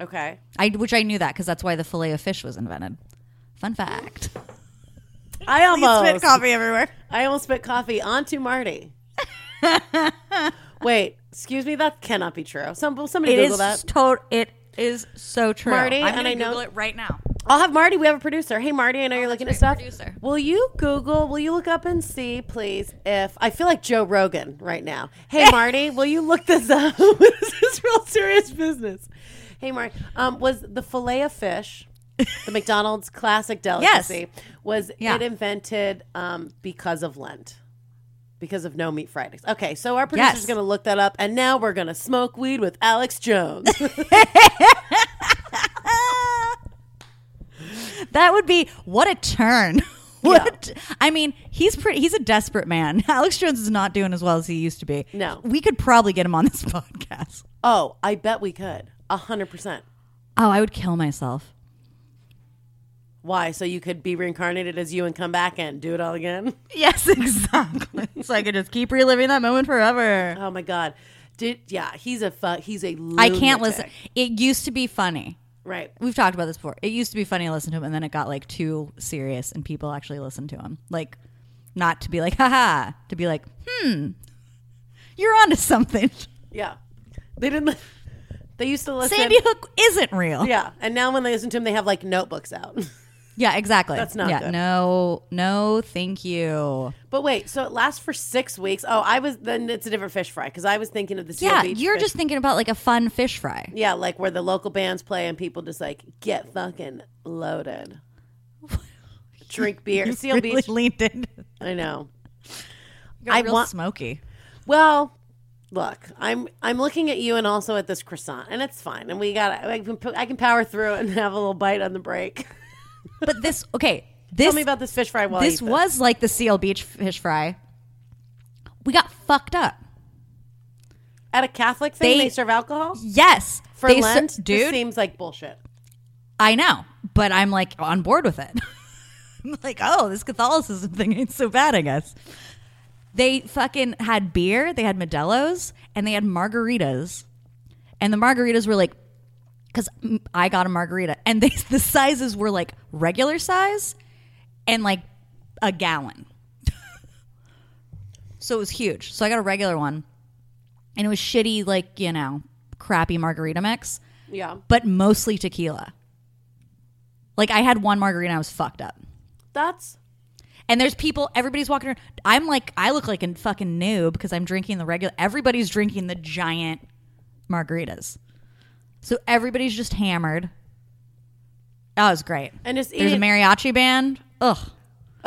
B: Okay.
C: I which I knew that because that's why the fillet of fish was invented. Fun fact.
B: I almost
C: everywhere.
B: I almost spit coffee onto Marty. Wait, excuse me, that cannot be true. Some somebody
C: It
B: Google
C: is
B: that.
C: to- It is so true.
B: Marty,
C: I'm
B: and
C: gonna
B: I know-
C: Google it right now.
B: I'll have Marty. We have a producer. Hey, Marty, I know you're looking at
C: Oh, that's
B: stuff.
C: right, producer.
B: Will you Google? Will you look up and see, please? If I feel like Joe Rogan right now. Hey, Marty, will you look this up? this is real serious business. Hey, Marty, um, was the fillet of fish, the McDonald's classic delicacy, was
C: Yeah.
B: it invented um, because of Lent? Because of no meat Fridays. Okay, so our
C: Yes.
B: producer's going to look that up, and now we're going to smoke weed with Alex Jones.
C: That would be what a turn.
B: Yeah.
C: What I mean, he's pretty. He's a desperate man. Alex Jones is not doing as well as he used to be.
B: No.
C: we could probably get him on this podcast.
B: oh, I bet we could. A hundred percent.
C: Oh, I would kill myself.
B: Why? So you could be reincarnated as you and come back and do it all again?
C: Yes, exactly. so I could just keep reliving that moment forever.
B: Oh my god. Did yeah, he's a fu- he's a
C: I
B: lunatic.
C: can't listen. It used to be funny.
B: Right.
C: We've talked about this before. It used to be funny to listen to him, and then it got like too serious, and people actually listened to him. Like, not to be like, haha, to be like, hmm, you're onto something.
B: Yeah. They didn't li- they used to listen
C: Sandy Hook isn't real.
B: Yeah, and now when they listen to him they have like notebooks out.
C: Yeah, exactly.
B: That's not
C: yeah,
B: good.
C: No, no, thank you.
B: but wait, so it lasts for 6 weeks. Oh, I was then it's a different fish fry cuz I was thinking of the Seal
C: Yeah,
B: Beach
C: you're
B: fish-
C: just thinking about like a fun fish fry.
B: Yeah, like where the local bands play and people just like get fucking loaded. Drink beer. Seal
C: really
B: Beach.
C: leaned in.
B: I know. I
C: I real
B: want-
C: smoky.
B: Well, look, I'm I'm looking at you and also at this croissant, and it's fine. And we got I can pu- I can power through it and have a little bite on the break.
C: But this, okay, this
B: Tell me about this fish fry while I
C: this
B: eat
C: was like the Seal Beach fish fry. We got fucked up.
B: at a Catholic thing.
C: They-
B: They, serve alcohol
C: Yes,
B: for
C: they ser-
B: Lent.
C: dude.
B: this seems like bullshit.
C: I know, but I'm like on board with it. I'm like, oh, this Catholicism thing ain't so bad, I guess. They fucking had beer, they had Modelo's, and they had margaritas. And the margaritas were like, because I got a margarita, and they, the sizes were like regular size and like a gallon. so it was huge. So I got a regular one, and it was shitty, like, you know, crappy margarita mix
B: Yeah,
C: but mostly tequila. Like I had one margarita, and I was fucked up.
B: that's
C: And there's people, everybody's walking around. I'm like, I look like a fucking noob because I'm drinking the regular. Everybody's drinking the giant margaritas, so everybody's just hammered. That was great.
B: and just
C: There's a
B: eating a,
C: mariachi band. Ugh,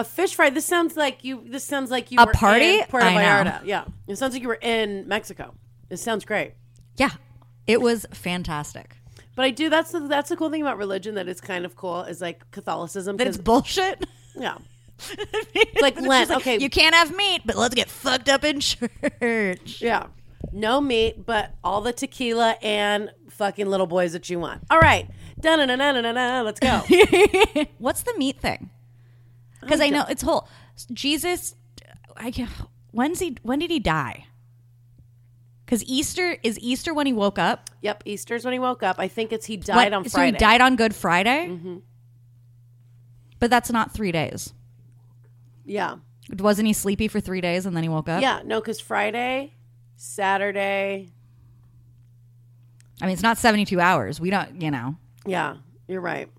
B: fish fry. This sounds like you. This sounds like you
C: A
B: were
C: party?
B: in Puerto
C: I know.
B: Vallarta. Yeah, it sounds like you were in Mexico. This sounds great.
C: yeah, it was fantastic.
B: But I do. That's the, that's the cool thing about religion that is kind of cool is like Catholicism.
C: That it's
B: 'cause-
C: bullshit.
B: yeah. It's like
C: It's
B: Lent.
C: just like,
B: okay,
C: you can't have meat, but let's get fucked up in church.
B: Yeah. No meat, but all the tequila and fucking little boys that you want. All right. Da-na-na-na-na-na. Let's go.
C: What's the meat thing? Because I know it's whole Jesus. I can't. When's he? When did he die? Because Easter is Easter when he woke up.
B: Yep, Easter's when he woke up. I think it's he died
C: When-
B: on
C: So he
B: Friday. Mm-hmm.
C: died on Good Friday. But that's not three days.
B: yeah,
C: Wasn't he sleepy for three days and then he woke up?
B: yeah. No, because Friday, Saturday.
C: I mean, it's not seventy-two hours. We don't. You know.
B: Yeah, you're right.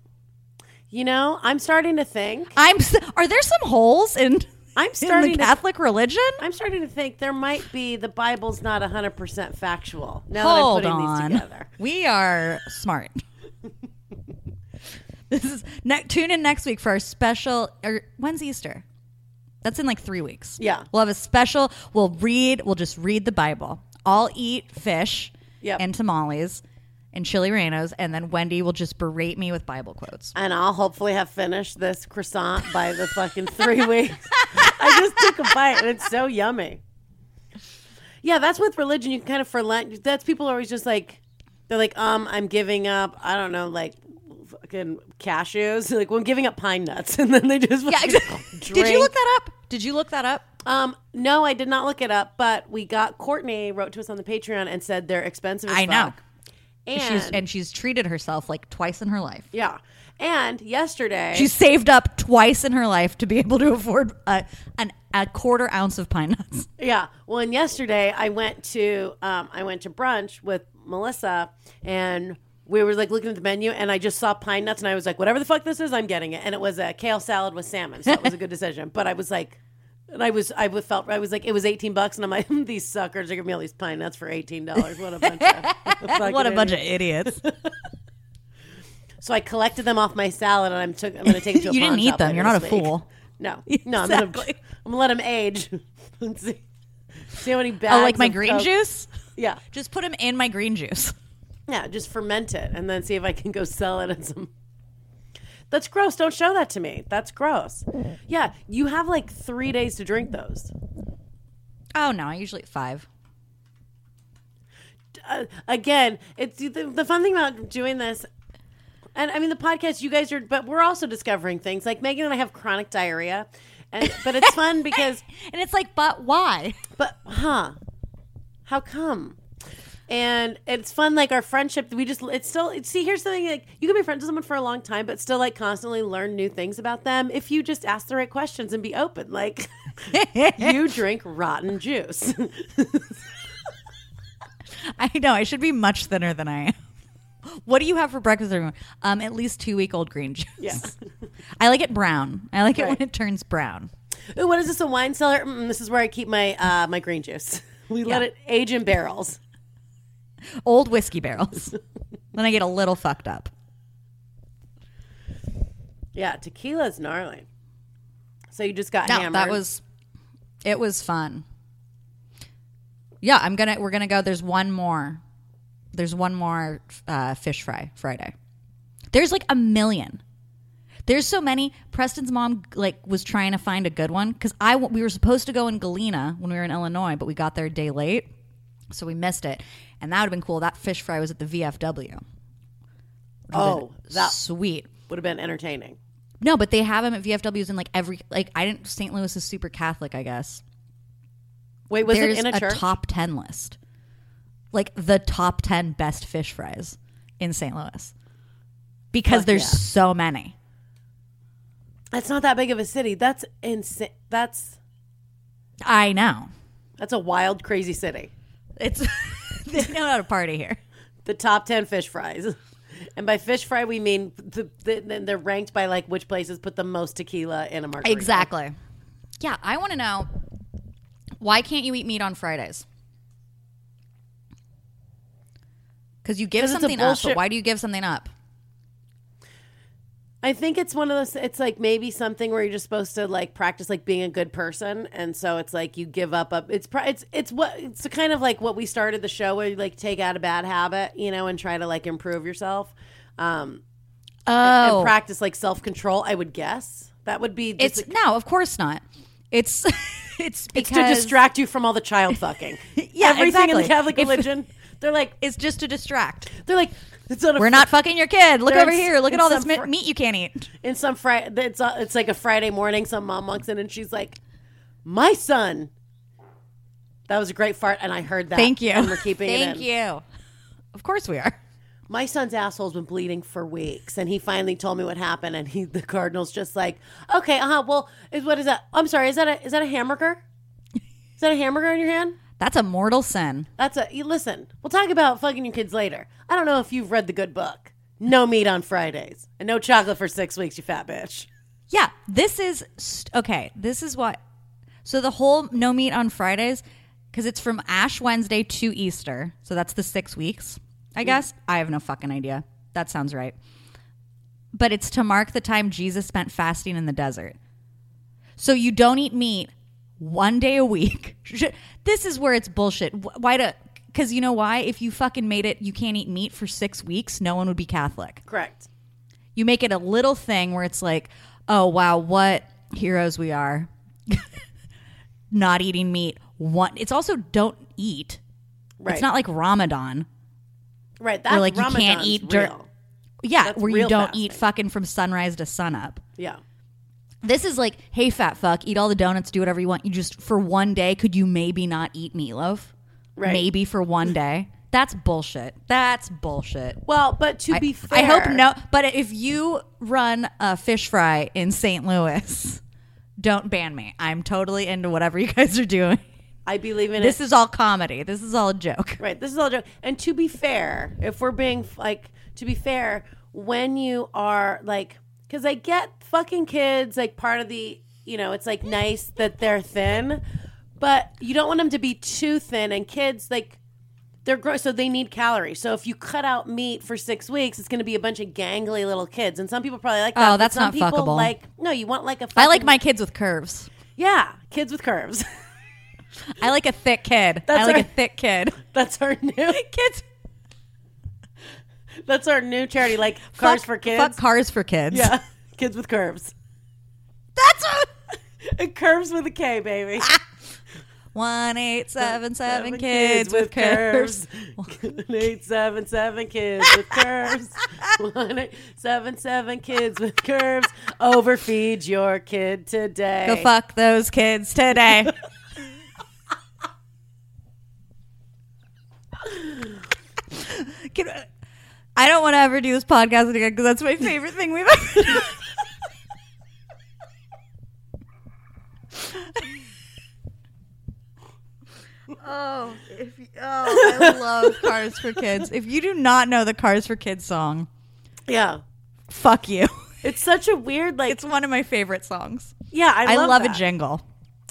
B: You know, I'm starting to think.
C: I'm. s- Are there some holes in
B: I'm
C: in
B: starting
C: the
B: to
C: Catholic religion?
B: I'm starting to think there might be the Bible's not 100% factual. Now
C: Hold
B: that I'm putting
C: on.
B: these together.
C: We are smart. this is ne- tune in next week for our special. Or when's Easter? That's in like three weeks.
B: Yeah.
C: we'll have a special. We'll read. We'll just read the Bible. I'll eat fish
B: Yep.
C: and tamales and chili rellenos, and then Wendy will just berate me with Bible quotes.
B: And I'll hopefully have finished this croissant by the fucking three weeks. I just took a bite and it's so yummy. Yeah, that's with religion. You can kind of for Lent. That's people are always just like, they're like, um, I'm giving up. I don't know, like fucking cashews. Like, well, I'm giving up pine nuts, and then they just
C: Yeah,
B: fucking
C: exactly. Did you
B: drink.
C: look that up? Did you look that up?
B: Um, no, I did not look it up, but we got Courtney wrote to us on the Patreon and said they're expensive. As
C: I know.
B: fuck. And,
C: she's and she's treated herself like twice in her life.
B: yeah, and yesterday
C: She saved up twice in her life to be able to afford a, an, a quarter ounce of pine nuts.
B: Yeah. Well, and yesterday I went to um, I went to brunch with Melissa, and we were like looking at the menu, and I just saw pine nuts, and I was like, whatever the fuck this is, I'm getting it. And it was a kale salad with salmon, so that was a good decision. But I was like. And I was, I was- felt, I was like, it was eighteen bucks, and I'm like, "Hmm, these suckers are giving me all these pine nuts for eighteen dollars. What a bunch of, fucking
C: What a bunch
B: idiots.
C: of idiots.
B: So I collected them off my salad, and I'm took, I'm going to take them to a
C: You didn't
B: pawn
C: eat
B: shop
C: them. You're
B: later
C: not
B: this
C: a
B: week.
C: fool.
B: No, no, I'm gonna,
C: Exactly.
B: I'm gonna let them age. Let's see, see how many bags.
C: Oh, like my
B: of
C: green
B: Coke-
C: juice?
B: Yeah,
C: Just put them in my green juice.
B: Yeah, just ferment it and then see if I can go sell it at some. That's gross. Don't show that to me. That's gross. Yeah, you have like three days to drink those.
C: Oh no, I usually eat five.
B: Uh, again, it's the, the fun thing about doing this. And I mean, the podcast, you guys are, but we're also discovering things. Like Megan and I have chronic diarrhea, and but it's fun because,
C: And it's like, but why?
B: but huh, how come? And it's fun, like our friendship. We just, it's still, it's, see, here's something like you can be friends with someone for a long time, but still like constantly learn new things about them if you just ask the right questions and be open. Like, you drink rotten juice.
C: I know I should be much thinner than I am. What do you have for breakfast everyone? Um, at least two week old green juice.
B: yeah.
C: I like it brown. I like it when
B: Right.
C: it turns brown.
B: Ooh, what is this? A wine cellar? Mm, this is where I keep my uh, my green juice. We let
C: Yeah.
B: it age in barrels.
C: Old whiskey barrels. then I get a little fucked up.
B: Yeah, tequila's gnarly. So you just got
C: No,
B: hammered.
C: that was it was fun. Yeah, I'm gonna we're gonna go. There's one more. There's one more uh, fish fry Friday. There's like a million. There's so many. Preston's mom like was trying to find a good one because I w- we were supposed to go in Galena when we were in Illinois, but we got there a day late, so we missed it. And that would have been cool. That fish fry was at the VFW.
B: oh, that
C: Sweet.
B: would have been entertaining.
C: No, but they have them at VFWs in like every like I didn't. St. Louis is super Catholic, I guess.
B: Wait, was
C: there's
B: it in a, church?
C: top 10 list like the top 10 best fish fries in st louis because
B: Fuck
C: there's
B: yeah.
C: so many
B: That's not that big of a city. That's insane. That's
C: i know
B: that's a wild, crazy city.
C: it's they know how to party here
B: The top ten fish fries, and by fish fry we mean the, the, then they're ranked by like which places put the most tequila in a margarita.
C: exactly yeah i want to know why can't you eat meat on fridays because you give
B: 'Cause it's a
C: something up but
B: bullshit-
C: why do you give something up
B: I think it's one of those. It's like maybe something where you're just supposed to like practice like being a good person, and so it's like you give up. up it's pri- it's it's what it's kind of like what we started the show where you like take out a bad habit, you know, and try to like improve yourself, um,
C: oh
B: and practice like self control. I would guess that would be just,
C: it's no of course not it's it's
B: It's
C: because
B: to distract you from all the child fucking.
C: Yeah,
B: everything in
C: exactly.
B: the Catholic
C: If-
B: religion. They're like,
C: it's just to distract
B: they're like, it's not a
C: We're not fucking your kid. Look
B: There's-
C: over here. Look at all this
B: some
C: mi-
B: fr-
C: meat you can't eat.
B: in some uh, Friday. It's a, it's like a Friday morning. Some mom walks in and she's like, "My son That was a great fart, and I heard that.
C: Thank you.
B: And we're keeping it
C: Thank
B: in.
C: you. Of course we are.
B: My son's asshole's been bleeding for weeks, and he finally told me what happened. And he, the Cardinals, just like, okay, uh huh. Well, is what is that? I'm sorry. Is that a is that a hamburger? Is that a hamburger in your hand?
C: That's a mortal sin.
B: That's a you listen. We'll talk about fucking your kids later. I don't know if you've read the good book. No meat on Fridays and no chocolate for six weeks. You fat bitch.
C: Yeah, this is st- okay. This is what. So the whole no meat on Fridays, because it's from Ash Wednesday to Easter. So that's the six weeks, I guess. I have no fucking idea. That sounds right. But it's to mark the time Jesus spent fasting in the desert. So you don't eat meat one day a week. Sh- This is where it's bullshit. Wh- Why do? Because you know why? If you fucking made it, you can't eat meat for six weeks. No one would be Catholic
B: Correct.
C: you make it a little thing where it's like, oh wow, what heroes we are, not eating meat. One, it's also don't eat.
B: Right.
C: It's not like Ramadan,
B: right. That's
C: like, you can't
B: Ramadan's
C: eat dirt.
B: real.
C: yeah,
B: That's
C: where you
B: real
C: don't
B: fasting.
C: eat fucking from sunrise to sunup.
B: Yeah.
C: This is like, hey, fat fuck, eat all the donuts, do whatever you want. You just for one day, could you maybe not eat meatloaf?
B: Right.
C: Maybe for one day. That's bullshit. That's bullshit.
B: Well, but to
C: I-
B: be fair,
C: I hope no. But if you run a fish fry in St. Louis, don't ban me. I'm totally into whatever you guys are doing.
B: I believe in
C: This
B: it.
C: is all comedy. This is all a joke.
B: right. This is all joke. And to be fair, if we're being like, to be fair, when you are like, because I get fucking kids like part of the, you know, it's like nice that they're thin, but you don't want them to be too thin. And kids like. They're gross, so they need calories. So if you cut out meat for six weeks, it's going to be a bunch of gangly little kids. And some people probably like that.
C: Oh,
B: but
C: that's
B: some
C: not
B: people
C: fuckable.
B: Like, no, you want like a.
C: I like
B: fucking-
C: my kids with curves.
B: yeah, kids with curves.
C: I like a thick kid.
B: That's
C: I like
B: our-
C: a thick kid.
B: That's our new
C: Kids
B: That's our new charity, like Cars
C: fuck-
B: for Kids.
C: Fuck cars for kids.
B: yeah, kids with curves.
C: That's what.
B: It curves with a K, baby.
C: One eight seven seven
B: Seven
C: kids, with curves.
B: curves. Eight seven seven kids with curves. One eight seven seven kids with curves. Overfeed your kid today.
C: Go fuck those kids today. Can- I don't want to ever do this podcast again because that's my favorite thing we've ever done. oh, if, oh, I love Cars for Kids. If you do not know the Cars for Kids song,
B: Yeah,
C: fuck you.
B: it's such a weird like.
C: It's one of my favorite songs.
B: yeah, I,
C: I,
B: love,
C: love a
B: that.
C: jingle.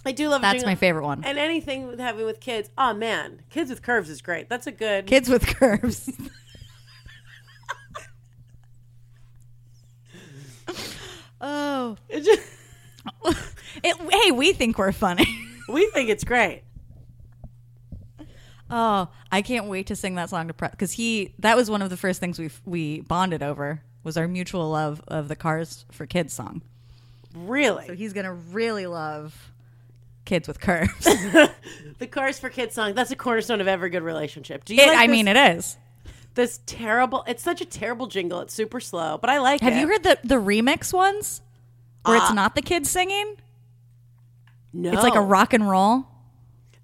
B: I do love. a
C: That's
B: jingle.
C: my favorite one.
B: And anything with having with kids. Oh man, kids with curves is great. That's a good.
C: Kids with curves. oh.
B: It just-
C: It, hey, we think we're funny.
B: we think it's great.
C: Oh, I can't wait to sing that song to Press because he that was one of the first things we we bonded over was our mutual love of the Cars for Kids song.
B: Really.
C: So he's gonna really love Kids with Curves.
B: The Cars for Kids song. That's a cornerstone of every good relationship. Do you
C: It-
B: like
C: I
B: this,
C: mean, it is.
B: this terrible. It's such a terrible jingle. It's super slow, but I like
C: Have
B: it.
C: you heard the the remix ones where it's not the kids singing?
B: No,
C: It's like a rock and roll.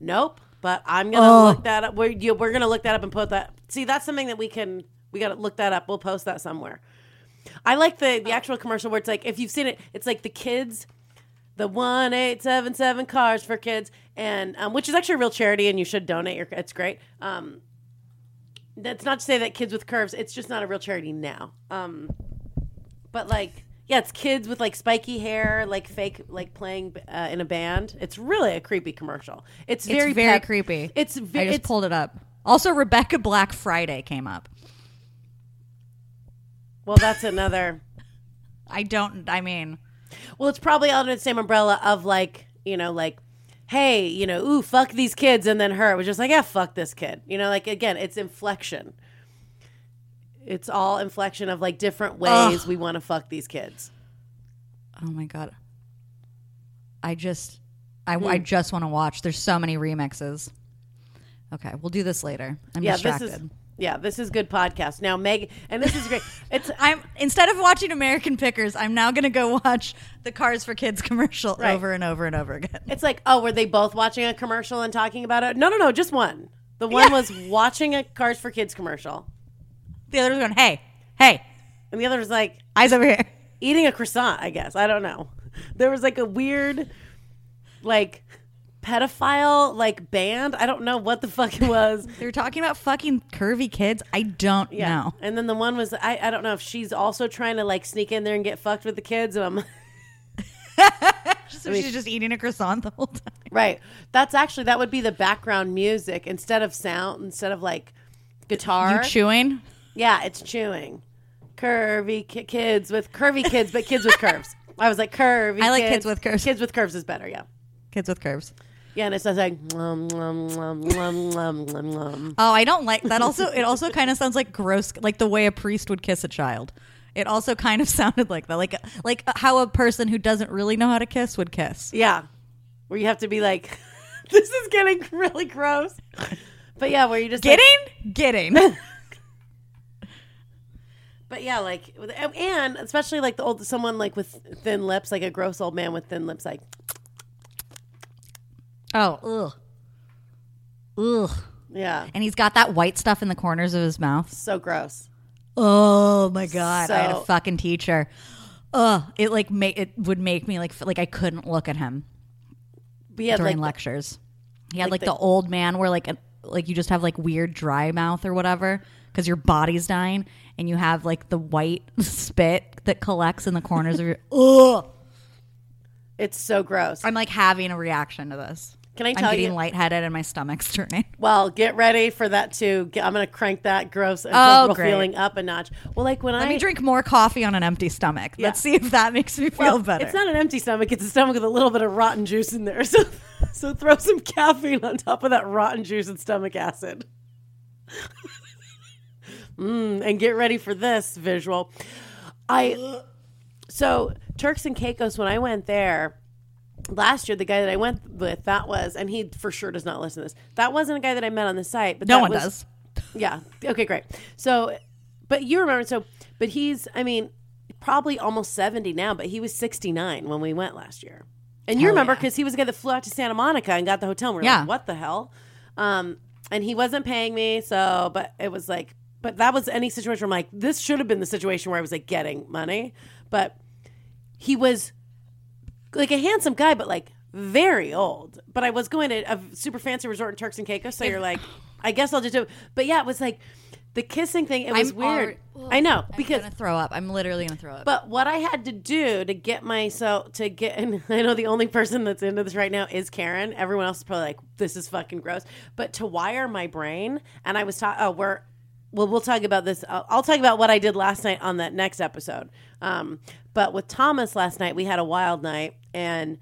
B: Nope. But I'm gonna
C: Oh.
B: look that up. We're, you, we're gonna look that up and put that. See, that's something that we can. We gotta look that up. We'll post that somewhere. I like the the actual commercial where it's like if you've seen it, it's like the kids, the one eight seven seven cars for kids, and um, which is actually a real charity, and you should donate your. It's great. Um, that's not to say that kids with curves. It's just not a real charity now. Um, but like. Yeah, it's kids with like spiky hair, like fake, like playing uh, in a band. It's really a creepy commercial. It's very
C: it's very
B: pep-
C: creepy.
B: It's ve-
C: I just
B: it's
C: pulled it up. Also, Rebecca Black Friday came up.
B: well, that's another.
C: I don't. I mean,
B: Well, it's probably under the same umbrella of like, you know, like, hey, you know, ooh, fuck these kids, and then her it was just like, yeah, fuck this kid. You know, like again, it's inflection. It's all inflection of like different ways we want to fuck these kids.
C: oh my god. I just, I, I just want to watch. There's so many remixes. Okay, we'll do this later. I'm
B: yeah,
C: distracted.
B: this is Yeah, this is good podcast. Now, Meg, and this is great. It's
C: I'm instead of watching American Pickers, I'm now gonna go watch the Cars for Kids commercial
B: Right.
C: over and over and over again.
B: it's like, oh, were they both watching a commercial and talking about it? No, no, no, just one. The one was watching a Cars for Kids commercial,
C: The other one's going, "Hey, hey,
B: and the other was like
C: eyes over here."
B: eating a croissant. I guess I don't know. There was like a weird, like pedophile like band. I don't know what the fuck it was.
C: They're talking about fucking curvy kids. I don't know.
B: And then the one was I, I don't know if she's also trying to like sneak in there and get fucked with the kids. And I'm
C: So she's just eating a croissant the whole time.
B: right. That's actually that would be the background music instead of sound instead of like guitar.
C: Chewing.
B: yeah, it's chewing. Curvy ki- kids with curvy kids, but kids with curves. I was like curvy.
C: I like kids with curves.
B: Kids with curves is better. Yeah.
C: Kids with curves.
B: Yeah, and it's just like nom, nom, nom, nom, nom, nom, nom.
C: Oh, I don't like that. Also, it also kind of sounds like gross, like the way a priest would kiss a child. It also kind of sounded like that, like like how a person who doesn't really know how to kiss would kiss.
B: yeah, where you have to be like, this is getting really gross. But yeah, where you just like-
C: Getting, getting.
B: But yeah, like, and especially like the old someone like with thin lips, like a gross old man with thin lips, like
C: oh, ugh, ugh.
B: yeah,
C: And he's got that white stuff in the corners of his mouth.
B: so gross.
C: Oh my god! I had a
B: So-
C: fucking teacher. Ugh, it like made it would make me like f- like I couldn't look at him.
B: But yeah,
C: during
B: like
C: lectures. He had like,
B: like
C: the,
B: the-
C: old man where like a, like you just have like weird dry mouth or whatever because your body's dying and you have like the white spit that collects in the corners of your. Ugh.
B: it's so gross.
C: I'm like having a reaction to this.
B: Can I
C: I'm
B: tell
C: getting
B: you-
C: lightheaded and my stomach's turning.
B: well, get ready for that too. Get- I'm gonna crank that gross
C: Oh,
B: uncomfortable
C: great.
B: feeling up a notch. Well, like when
C: Let
B: I
C: me drink more coffee on an empty stomach. Let's see if that makes me feel
B: well,
C: better.
B: It's not an empty stomach; it's a stomach with a little bit of rotten juice in there. So, so throw some caffeine on top of that rotten juice and stomach acid. mm, and get ready for this visual. I so Turks and Caicos when I went there last year, the guy that I went with that was, and he for sure does not listen to this. That wasn't a guy that I met on the site, but
C: no
B: that
C: one
B: was-
C: does.
B: yeah. Okay, great. So, but you remember, so, but he's, I mean, probably almost 70 now, but he was 69 when we went last year. And you remember because he was the guy that flew out to Santa Monica and got the hotel. And we were
C: Yeah.
B: like, what the hell? Um, and he wasn't paying me. So, but it was like, but that was any situation where I'm like, this should have been the situation where I was like getting money. But he was like a handsome guy, but like very old. But I was going to a super fancy resort in Turks and Caicos, so you're like, I guess I'll just do it. But yeah, it was like the kissing thing. It was
C: I'm
B: weird.
C: alre-
B: I know
C: I'm
B: because.
C: gonna throw up. I'm literally gonna throw up.
B: But what I had to do to get myself to get, and I know the only person that's into this right now is Karen. Everyone else is probably like, "This is fucking gross." But to wire my brain, and I was talking. Oh, we're well, we'll talk about this. I'll, I'll talk about what I did last night on that next episode. Um, but with Thomas last night, we had a wild night, and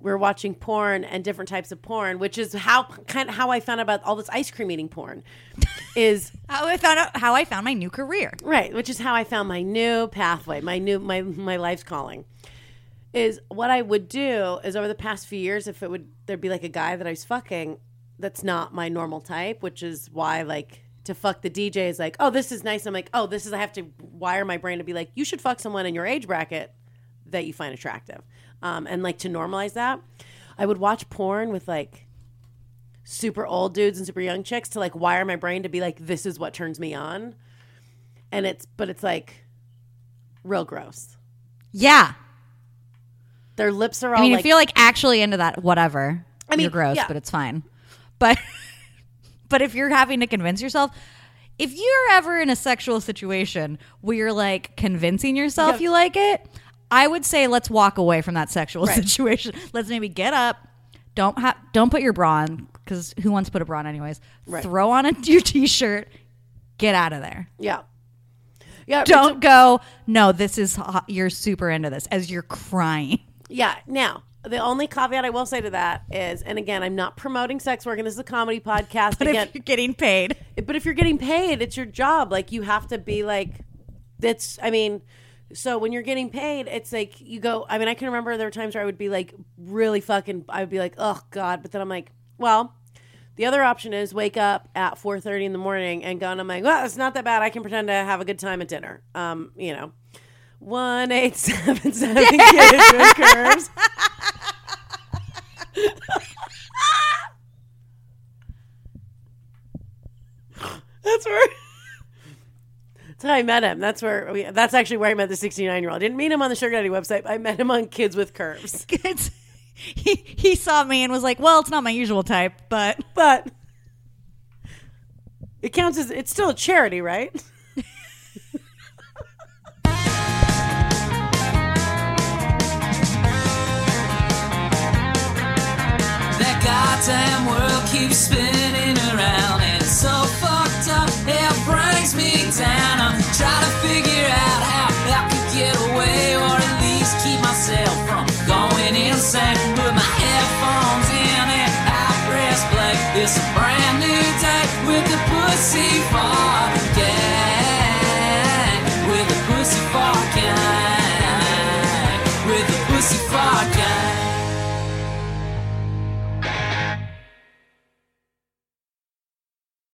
B: we were watching porn and different types of porn, which is how kind of how I found out about all this ice cream eating porn. Is
C: how I found out how I found my new career.
B: Right, which is how I found my new pathway, my new my my life's calling. Is what I would do is over the past few years, if it would there'd be like a guy that I was fucking that's not my normal type, which is why like to fuck the DJ is like, oh, this is nice. I'm like, oh, this is I have to wire my brain to be like, you should fuck someone in your age bracket that you find attractive, um, and like to normalize that. I would watch porn with like super old dudes and super young chicks to like wire my brain to be like, this is what turns me on and it's but it's like real gross.
C: Yeah,
B: Their lips are all
C: I mean,
B: like,
C: if you're like actually into that, whatever. I
B: I
C: mean,
B: mean,
C: you're gross,
B: yeah.
C: but it's fine. But but if you're having to convince yourself, if you're ever in a sexual situation where you're like convincing yourself you like it, I would say let's walk away from that sexual situation. Let's maybe get up. Don't ha- don't put your bra on because who wants to put a bra on anyways?
B: Right.
C: Throw on a, your t-shirt. Get out of there.
B: yeah, yeah,
C: Don't go. No, this is hot. you're super into this as you're crying.
B: yeah. Now the only caveat I will say to that is, and again, I'm not promoting sex work, and this is a comedy podcast.
C: But
B: again,
C: if you're getting paid,
B: but if you're getting paid, it's your job. Like you have to be like, that's. I mean, so when you're getting paid, it's like you go. I mean, I can remember there were times where I would be like really fucking. I would be like, oh god, but then I'm like, well, The other option is wake up at 4:30 in the morning and go on. I'm like, well, it's not that bad. I can pretend to have a good time at dinner. Um, you know, one eight seven seven kids with curves. That's where. That's how I met him. That's where. We, that's actually where I met the 69 year old. I didn't meet him on the Sugar Daddy website. I met him on Kids with Curves.
C: It's, he he saw me and was like, "Well, it's not my usual type, but
B: But it counts as it's still a charity, right?
A: That goddamn world keeps spinning around and it's so fucked up, it brings me down. I'm trying to figure out how I could get away or at least keep myself from going insane. Put my headphones in and I press play. It's a brand new day with the pussy falling.